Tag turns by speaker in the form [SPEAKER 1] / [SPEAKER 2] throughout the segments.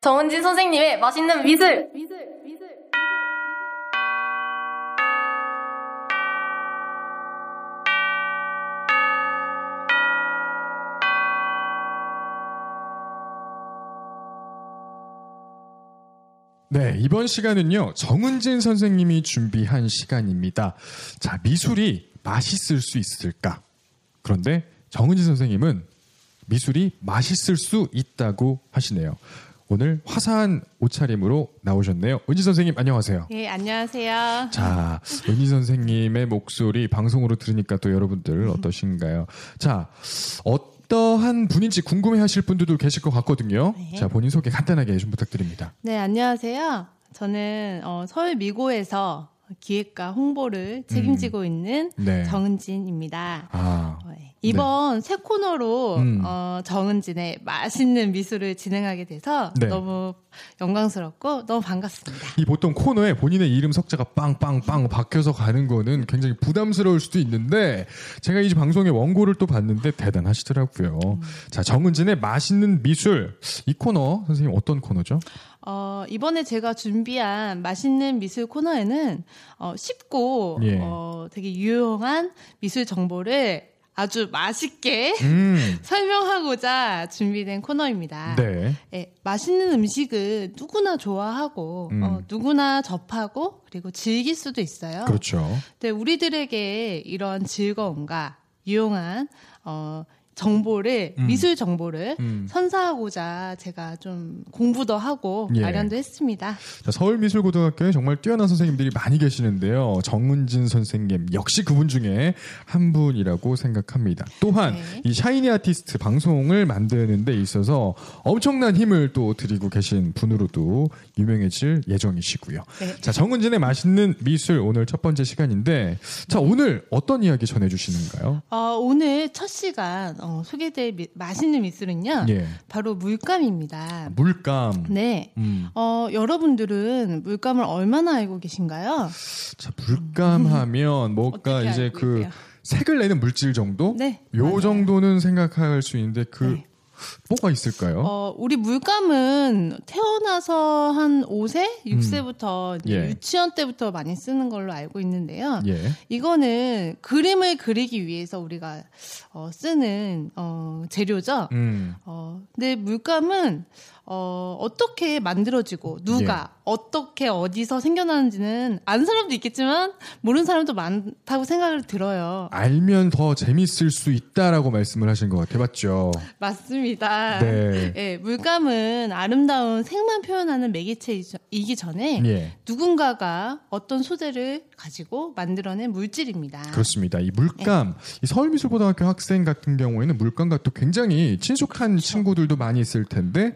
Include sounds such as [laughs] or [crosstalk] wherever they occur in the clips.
[SPEAKER 1] 정은진 선생님의 맛있는 미술.
[SPEAKER 2] 네, 이번 시간은요, 정은진 선생님이 준비한 시간입니다. 자, 미술이 맛있을 수 있을까? 그런데 정은진 선생님은 미술이 맛있을 수 있다고 하시네요. 오늘 화사한 옷차림으로 나오셨네요. 은진 선생님, 안녕하세요.
[SPEAKER 3] 예, 안녕하세요.
[SPEAKER 2] 자, 은희 선생님의 목소리 방송으로 들으니까 또
[SPEAKER 3] 음.
[SPEAKER 2] 여러분들 어떠신가요? 자, 어떠한 분인지 궁금해 하실 분들도 계실 것 같거든요.
[SPEAKER 3] 네.
[SPEAKER 2] 자, 본인 소개 간단하게 좀 부탁드립니다.
[SPEAKER 3] 네, 안녕하세요. 저는 어, 서울 미고에서 기획과 홍보를 책임지고 있는
[SPEAKER 2] 네.
[SPEAKER 3] 정은진입니다.
[SPEAKER 2] 아,
[SPEAKER 3] 어, 예. 이번 새 코너로
[SPEAKER 2] 음.
[SPEAKER 3] 어, 정은진의 맛있는 미술을 진행하게 돼서
[SPEAKER 2] 네.
[SPEAKER 3] 너무 영광스럽고 너무 반갑습니다.
[SPEAKER 2] 이 보통 코너에 본인의 이름 석자가 빵빵빵 박혀서 가는 거는 굉장히 부담스러울 수도 있는데 제가 이 방송의 원고를 또 봤는데 대단하시더라고요.
[SPEAKER 3] 음.
[SPEAKER 2] 자, 정은진의 맛있는 미술 이 코너 선생님 어떤 코너죠?
[SPEAKER 3] 어, 이번에 제가 준비한 맛있는 미술 코너에는 어, 쉽고
[SPEAKER 2] 예.
[SPEAKER 3] 어, 되게 유용한 미술 정보를 아주 맛있게
[SPEAKER 2] 음.
[SPEAKER 3] 설명하고자 준비된 코너입니다.
[SPEAKER 2] 네.
[SPEAKER 3] 예, 맛있는 음식은 누구나 좋아하고
[SPEAKER 2] 음.
[SPEAKER 3] 어, 누구나 접하고 그리고 즐길 수도 있어요.
[SPEAKER 2] 그렇죠.
[SPEAKER 3] 근데 우리들에게 이런 즐거움과 유용한 어, 정보를
[SPEAKER 2] 음.
[SPEAKER 3] 미술 정보를
[SPEAKER 2] 음.
[SPEAKER 3] 선사하고자 제가 좀 공부도 하고
[SPEAKER 2] 예.
[SPEAKER 3] 마련도 했습니다.
[SPEAKER 2] 자, 서울미술고등학교에 정말 뛰어난 선생님들이 많이 계시는데요. 정은진 선생님 역시 그분 중에 한 분이라고 생각합니다. 또한
[SPEAKER 3] 네.
[SPEAKER 2] 이 샤이니 아티스트 방송을 만드는 데 있어서 엄청난 힘을 또 드리고 계신 분으로도 유명해질 예정이시고요.
[SPEAKER 3] 네.
[SPEAKER 2] 자, 정은진의 맛있는 미술 오늘 첫 번째 시간인데 자, 오늘 어떤 이야기 전해 주시는가요?
[SPEAKER 3] 어, 오늘 첫 시간 어, 소개될 미- 맛있는 미술은요,
[SPEAKER 2] 예. 음.
[SPEAKER 3] 바로 물감입니다.
[SPEAKER 2] 물감.
[SPEAKER 3] 아, 네.
[SPEAKER 2] 음.
[SPEAKER 3] 어, 여러분들은 물감을 얼마나 알고 계신가요?
[SPEAKER 2] 자,
[SPEAKER 3] [laughs]
[SPEAKER 2] 물감하면 뭔가
[SPEAKER 3] 어떻게
[SPEAKER 2] 이제
[SPEAKER 3] 알고
[SPEAKER 2] 그
[SPEAKER 3] 있대요?
[SPEAKER 2] 색을 내는 물질 정도?
[SPEAKER 3] 네.
[SPEAKER 2] 요
[SPEAKER 3] 맞아요.
[SPEAKER 2] 정도는 생각할 수 있는데 그
[SPEAKER 3] 네.
[SPEAKER 2] 뭐가 있을까요?
[SPEAKER 3] 어, 우리 물감은 태어나서 한 5세, 6세부터
[SPEAKER 2] 예.
[SPEAKER 3] 유치원 때부터 많이 쓰는 걸로 알고 있는데요.
[SPEAKER 2] 예.
[SPEAKER 3] 이거는 그림을 그리기 위해서 우리가 어, 쓰는 어, 재료죠.
[SPEAKER 2] 음.
[SPEAKER 3] 어, 근데 물감은 어, 어떻게 만들어지고 누가
[SPEAKER 2] 예.
[SPEAKER 3] 어떻게 어디서 생겨나는지는 아는 사람도 있겠지만 모르는 사람도 많다고 생각을 들어요.
[SPEAKER 2] 알면 더 재밌을 수 있다라고 말씀을 하신 것 같아 맞죠?
[SPEAKER 3] 맞습니다.
[SPEAKER 2] 네.
[SPEAKER 3] 예, 물감은 아름다운 색만 표현하는 매개체이기 전에
[SPEAKER 2] 예.
[SPEAKER 3] 누군가가 어떤 소재를 가지고 만들어낸 물질입니다.
[SPEAKER 2] 그렇습니다. 이 물감, 이 서울미술고등학교 학생 같은 경우에는 물감과 또 굉장히 친숙한
[SPEAKER 3] 그렇죠.
[SPEAKER 2] 친구들도 많이 있을 텐데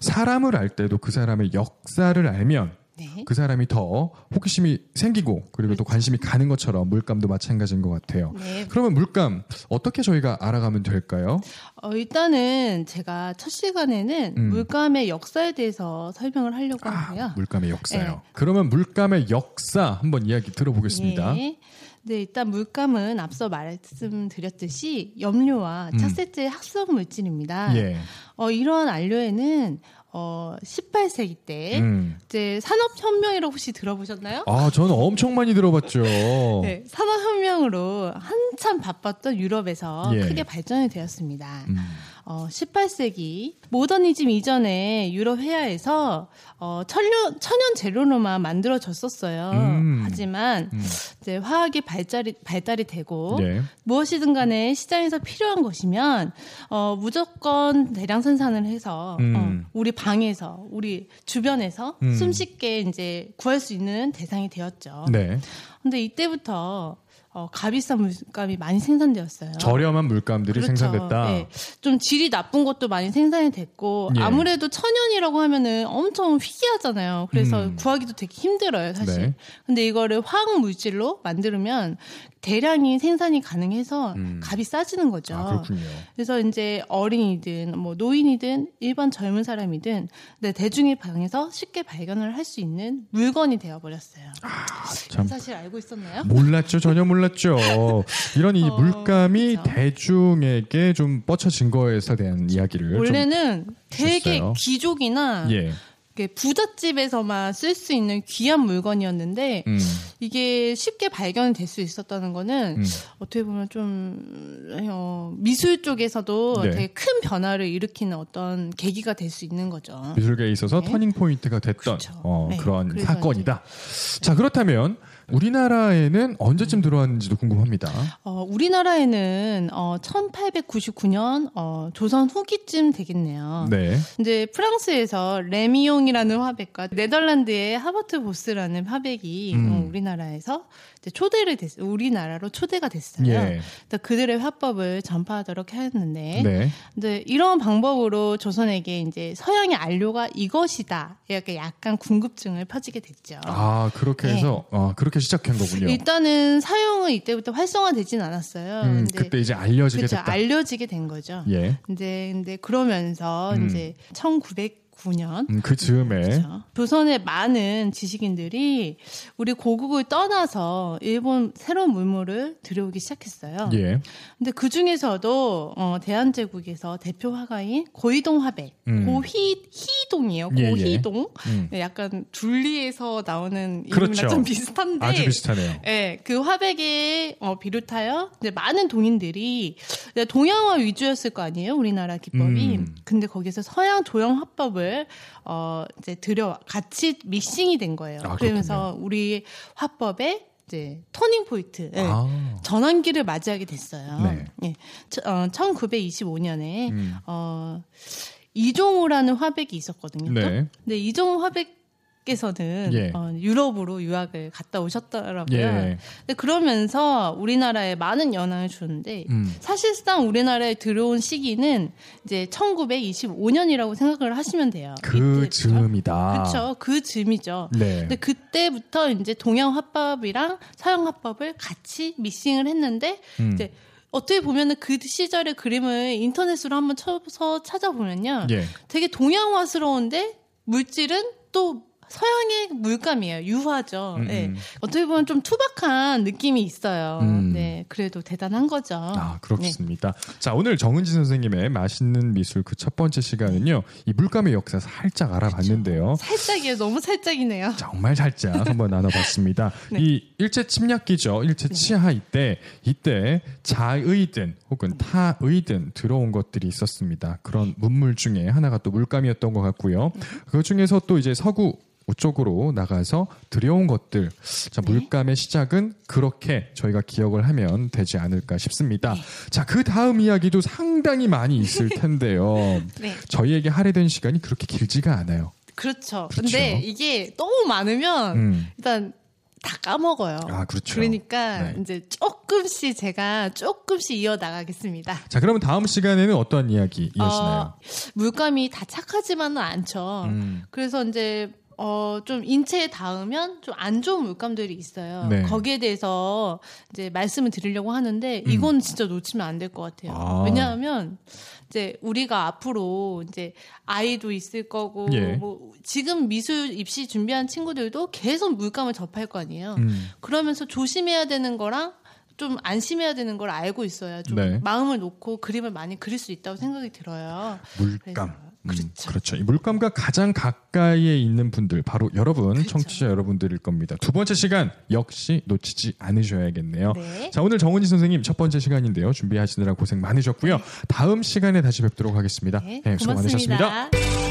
[SPEAKER 2] 사람을 알 때도 그 사람의 역사를 알면
[SPEAKER 3] 네.
[SPEAKER 2] 그 사람이 더 호기심이 생기고 그리고 또 관심이 가는 것처럼 물감도 마찬가지인 것 같아요.
[SPEAKER 3] 네.
[SPEAKER 2] 그러면 물감 어떻게 저희가 알아가면 될까요?
[SPEAKER 3] 어, 일단은 제가 첫 시간에는
[SPEAKER 2] 음.
[SPEAKER 3] 물감의 역사에 대해서 설명을 하려고 하고요.
[SPEAKER 2] 아, 물감의 역사요.
[SPEAKER 3] 네.
[SPEAKER 2] 그러면 물감의 역사 한번 이야기 들어보겠습니다.
[SPEAKER 3] 예. 네, 일단 물감은 앞서 말씀드렸듯이 염료와
[SPEAKER 2] 음.
[SPEAKER 3] 착색제의 합성 물질입니다.
[SPEAKER 2] 예.
[SPEAKER 3] 어, 이러한 안료에는 어, 18세기 때
[SPEAKER 2] 음.
[SPEAKER 3] 이제 산업혁명이라고 혹시 들어보셨나요?
[SPEAKER 2] 아, 저는 엄청 많이 들어봤죠.
[SPEAKER 3] [laughs] 네, 산업혁명으로 한참 바빴던 유럽에서
[SPEAKER 2] 예.
[SPEAKER 3] 크게 발전이 되었습니다.
[SPEAKER 2] 음.
[SPEAKER 3] 어, 18세기 모더니즘 이전에 유럽 회화에서 어, 천류, 천연 재료로만 만들어졌었어요.
[SPEAKER 2] 음.
[SPEAKER 3] 하지만
[SPEAKER 2] 음.
[SPEAKER 3] 이제 화학이 발달이, 발달이 되고
[SPEAKER 2] 예.
[SPEAKER 3] 무엇이든 간에 시장에서 필요한 것이면 어, 무조건 대량 생산을 해서
[SPEAKER 2] 음.
[SPEAKER 3] 어, 우리 방에서 우리 주변에서
[SPEAKER 2] 음.
[SPEAKER 3] 숨쉽게 이제 구할 수 있는 대상이 되었죠.
[SPEAKER 2] 네.
[SPEAKER 3] 근데 이때부터 어, 가비싼 물감이 많이 생산되었어요.
[SPEAKER 2] 저렴한 물감들이 생산됐다.
[SPEAKER 3] 예. 좀 질이 나쁜 것도 많이 생산이 됐고
[SPEAKER 2] 예.
[SPEAKER 3] 아무래도 천연이라고 하면은 엄청 희귀하잖아요. 그래서
[SPEAKER 2] 음.
[SPEAKER 3] 구하기도 되게 힘들어요, 사실.
[SPEAKER 2] 네.
[SPEAKER 3] 근데 이거를 화학 물질로 만들면 대량이 생산이 가능해서
[SPEAKER 2] 음.
[SPEAKER 3] 값이 싸지는 거죠.
[SPEAKER 2] 아, 그렇군요.
[SPEAKER 3] 그래서 이제 어린이든 뭐 노인이든 일반 젊은 사람이든 내 대중의 방에서 쉽게 발견을 할 수 있는 물건이 되어 버렸어요.
[SPEAKER 2] 아, 참
[SPEAKER 3] 사실 알고 있었나요?
[SPEAKER 2] 네, 몰랐죠. 전혀 몰랐죠. 이런 이
[SPEAKER 3] 어,
[SPEAKER 2] 물감이
[SPEAKER 3] 그쵸.
[SPEAKER 2] 대중에게 좀 뻗쳐진 거에서 대한 이야기를 좀-
[SPEAKER 3] 원래는 되게
[SPEAKER 2] 주셨어요.
[SPEAKER 3] 귀족이나
[SPEAKER 2] 예.
[SPEAKER 3] 이렇게 부잣집에서만 쓸 수 있는 귀한 물건이었는데
[SPEAKER 2] 음.
[SPEAKER 3] 이게 쉽게 발견될 수 있었다는 거는
[SPEAKER 2] 음.
[SPEAKER 3] 어떻게 보면 좀 어, 미술 쪽에서도
[SPEAKER 2] 네.
[SPEAKER 3] 되게 큰 변화를 일으키는 어떤 계기가 될 수 있는 거죠.
[SPEAKER 2] 미술계에 있어서
[SPEAKER 3] 네.
[SPEAKER 2] 터닝 포인트가 됐던
[SPEAKER 3] 그렇죠.
[SPEAKER 2] 어,
[SPEAKER 3] 네,
[SPEAKER 2] 그런
[SPEAKER 3] 그래서
[SPEAKER 2] 사건이다. 자 그렇다면 우리나라에는 언제쯤 들어왔는지도 궁금합니다.
[SPEAKER 3] 어, 우리나라에는 어, 1899년 어, 조선 후기쯤 되겠네요.
[SPEAKER 2] 네,
[SPEAKER 3] 이제 프랑스에서 레미용이라는 화백과 네덜란드의 하버트 보스라는 화백이
[SPEAKER 2] 음.
[SPEAKER 3] 어, 우리나라에서 이제 초대를 됐, 우리나라로 초대가 됐어요.
[SPEAKER 2] 예,
[SPEAKER 3] 그래서 그들의 화법을 전파하도록 했는데
[SPEAKER 2] 네,
[SPEAKER 3] 이제 이런 방법으로 조선에게 이제 서양의 안료가 이것이다 약간 약간 궁금증을 펴지게 됐죠.
[SPEAKER 2] 아 그렇게
[SPEAKER 3] 네.
[SPEAKER 2] 해서 아, 그렇게 시작한 거군요.
[SPEAKER 3] 일단은 사용은 이때부터 활성화되진 않았어요.
[SPEAKER 2] 음,
[SPEAKER 3] 근데
[SPEAKER 2] 그때 이제 알려지게
[SPEAKER 3] 그쵸,
[SPEAKER 2] 됐다.
[SPEAKER 3] 알려지게 된 거죠.
[SPEAKER 2] 예,
[SPEAKER 3] 근데 근데 그러면서
[SPEAKER 2] 음.
[SPEAKER 3] 이제 1909년
[SPEAKER 2] 음, 그 즈음에
[SPEAKER 3] 그렇죠. 조선의 많은 지식인들이 우리 고국을 떠나서 일본 새로운 문물을 들여오기 시작했어요.
[SPEAKER 2] 예,
[SPEAKER 3] 근데 그 중에서도 어, 대한제국에서 대표 화가인 고이동 화백,
[SPEAKER 2] 음.
[SPEAKER 3] 고희 희동이에요.
[SPEAKER 2] 예, 예.
[SPEAKER 3] 고희동.
[SPEAKER 2] 음,
[SPEAKER 3] 네, 약간 둘리에서 나오는 이름이랑
[SPEAKER 2] 그렇죠.
[SPEAKER 3] 좀 비슷한데.
[SPEAKER 2] 아주 비슷하네요.
[SPEAKER 3] 예, 그 화백에 어, 비롯하여 이제 많은 동인들이 이제 동양화 위주였을 거 아니에요, 우리나라 기법이.
[SPEAKER 2] 음.
[SPEAKER 3] 근데 거기서 서양 조형 화법을 어 이제 들여 같이 믹싱이 된 거예요.
[SPEAKER 2] 아,
[SPEAKER 3] 그러면서 우리 화법의 이제 터닝 포인트, 예,
[SPEAKER 2] 아,
[SPEAKER 3] 전환기를 맞이하게 됐어요.
[SPEAKER 2] 네.
[SPEAKER 3] 예, 저- 어, 1925년에
[SPEAKER 2] 음,
[SPEAKER 3] 어 이종호라는 화백이 있었거든요. 또.
[SPEAKER 2] 네,
[SPEAKER 3] 근데 이종호 화백께서는
[SPEAKER 2] 예.
[SPEAKER 3] 어, 유럽으로 유학을 갔다 오셨더라고요.
[SPEAKER 2] 예,
[SPEAKER 3] 근데 그러면서 우리나라에 많은 영향을 주는데
[SPEAKER 2] 음,
[SPEAKER 3] 사실상 우리나라에 들어온 시기는 이제 1925년이라고 생각을 하시면 돼요.
[SPEAKER 2] 그 즈음이다.
[SPEAKER 3] 그렇죠. 그 즈음이죠.
[SPEAKER 2] 네,
[SPEAKER 3] 근데 그때부터 이제 동양 화법이랑 서양 화법을 같이 믹싱을 했는데
[SPEAKER 2] 음,
[SPEAKER 3] 이제 어떻게 보면은 그 시절의 그림을 인터넷으로 한번 쳐서 찾아보면요.
[SPEAKER 2] 예,
[SPEAKER 3] 되게 동양화스러운데 물질은 또 서양의 물감이에요. 유화죠.
[SPEAKER 2] 음,
[SPEAKER 3] 예.
[SPEAKER 2] 음.
[SPEAKER 3] 어떻게 보면 좀 투박한 느낌이 있어요.
[SPEAKER 2] 음.
[SPEAKER 3] 네, 그래도 대단한 거죠.
[SPEAKER 2] 아, 그렇습니다. 자, 오늘 정은지 선생님의 맛있는 미술 그 첫 번째 시간은요, 이 물감의 역사 살짝 알아봤는데요.
[SPEAKER 3] 살짝이에요. 너무 살짝이네요.
[SPEAKER 2] 정말 살짝 한번 나눠봤습니다.
[SPEAKER 3] [laughs] 네.
[SPEAKER 2] 이 일제 침략기죠. 일제 치하이 때 이때 자의든 혹은 타의든 들어온 것들이 있었습니다.
[SPEAKER 3] 네.
[SPEAKER 2] 그런 문물 중에 하나가 또 물감이었던 것 같고요. 그 중에서 또 이제 서구 우쪽으로 나가서 들여온 것들. 자,
[SPEAKER 3] 네.
[SPEAKER 2] 물감의 시작은 그렇게 저희가 기억을 하면 되지 않을까 싶습니다.
[SPEAKER 3] 네.
[SPEAKER 2] 자, 그 다음 이야기도 상당히 많이
[SPEAKER 3] [laughs]
[SPEAKER 2] 있을 텐데요.
[SPEAKER 3] 네,
[SPEAKER 2] 저희에게 할애된 시간이 그렇게 길지가 않아요.
[SPEAKER 3] 그렇죠.
[SPEAKER 2] 그렇죠.
[SPEAKER 3] 근데 이게 너무 많으면
[SPEAKER 2] 음.
[SPEAKER 3] 일단 다 아, 까먹어요.
[SPEAKER 2] 아, 그렇죠.
[SPEAKER 3] 그러니까
[SPEAKER 2] 네.
[SPEAKER 3] 이제 조금씩 제가 조금씩 이어 나가겠습니다.
[SPEAKER 2] 자, 그러면 다음 시간에는 어떤 이야기 이어지나요?
[SPEAKER 3] 아, 물감이 다 착하지만은 않죠.
[SPEAKER 2] 음,
[SPEAKER 3] 그래서 이제 어, 좀 인체에 닿으면 좀 안 좋은 물감들이 있어요.
[SPEAKER 2] 네.
[SPEAKER 3] 거기에 대해서 이제 말씀을 드리려고 하는데
[SPEAKER 2] 음.
[SPEAKER 3] 이건 진짜 놓치면 안 될 것 같아요.
[SPEAKER 2] 아.
[SPEAKER 3] 왜냐하면 이제 우리가 앞으로 이제 아이도 있을 거고
[SPEAKER 2] 예.
[SPEAKER 3] 뭐 지금 미술 입시 준비한 친구들도 계속 물감을 접할 거 아니에요.
[SPEAKER 2] 음,
[SPEAKER 3] 그러면서 조심해야 되는 거랑 좀 안심해야 되는 걸 알고 있어야 좀
[SPEAKER 2] 네.
[SPEAKER 3] 마음을 놓고 그림을 많이 그릴 수 있다고 생각이 들어요.
[SPEAKER 2] 물감.
[SPEAKER 3] 그렇죠.
[SPEAKER 2] 그렇죠. 이 물감과 가장 가까이에 있는 분들 바로 여러분
[SPEAKER 3] 그렇죠.
[SPEAKER 2] 청취자 여러분들일 겁니다. 두 번째 시간 역시 놓치지 않으셔야겠네요.
[SPEAKER 3] 네.
[SPEAKER 2] 자 오늘 정은지 선생님 첫 번째 시간인데요. 준비하시느라 고생 많으셨고요. 다음 시간에 다시 뵙도록 하겠습니다.
[SPEAKER 3] 네,
[SPEAKER 2] 네, 수고 많으셨습니다.
[SPEAKER 3] 고맙습니다.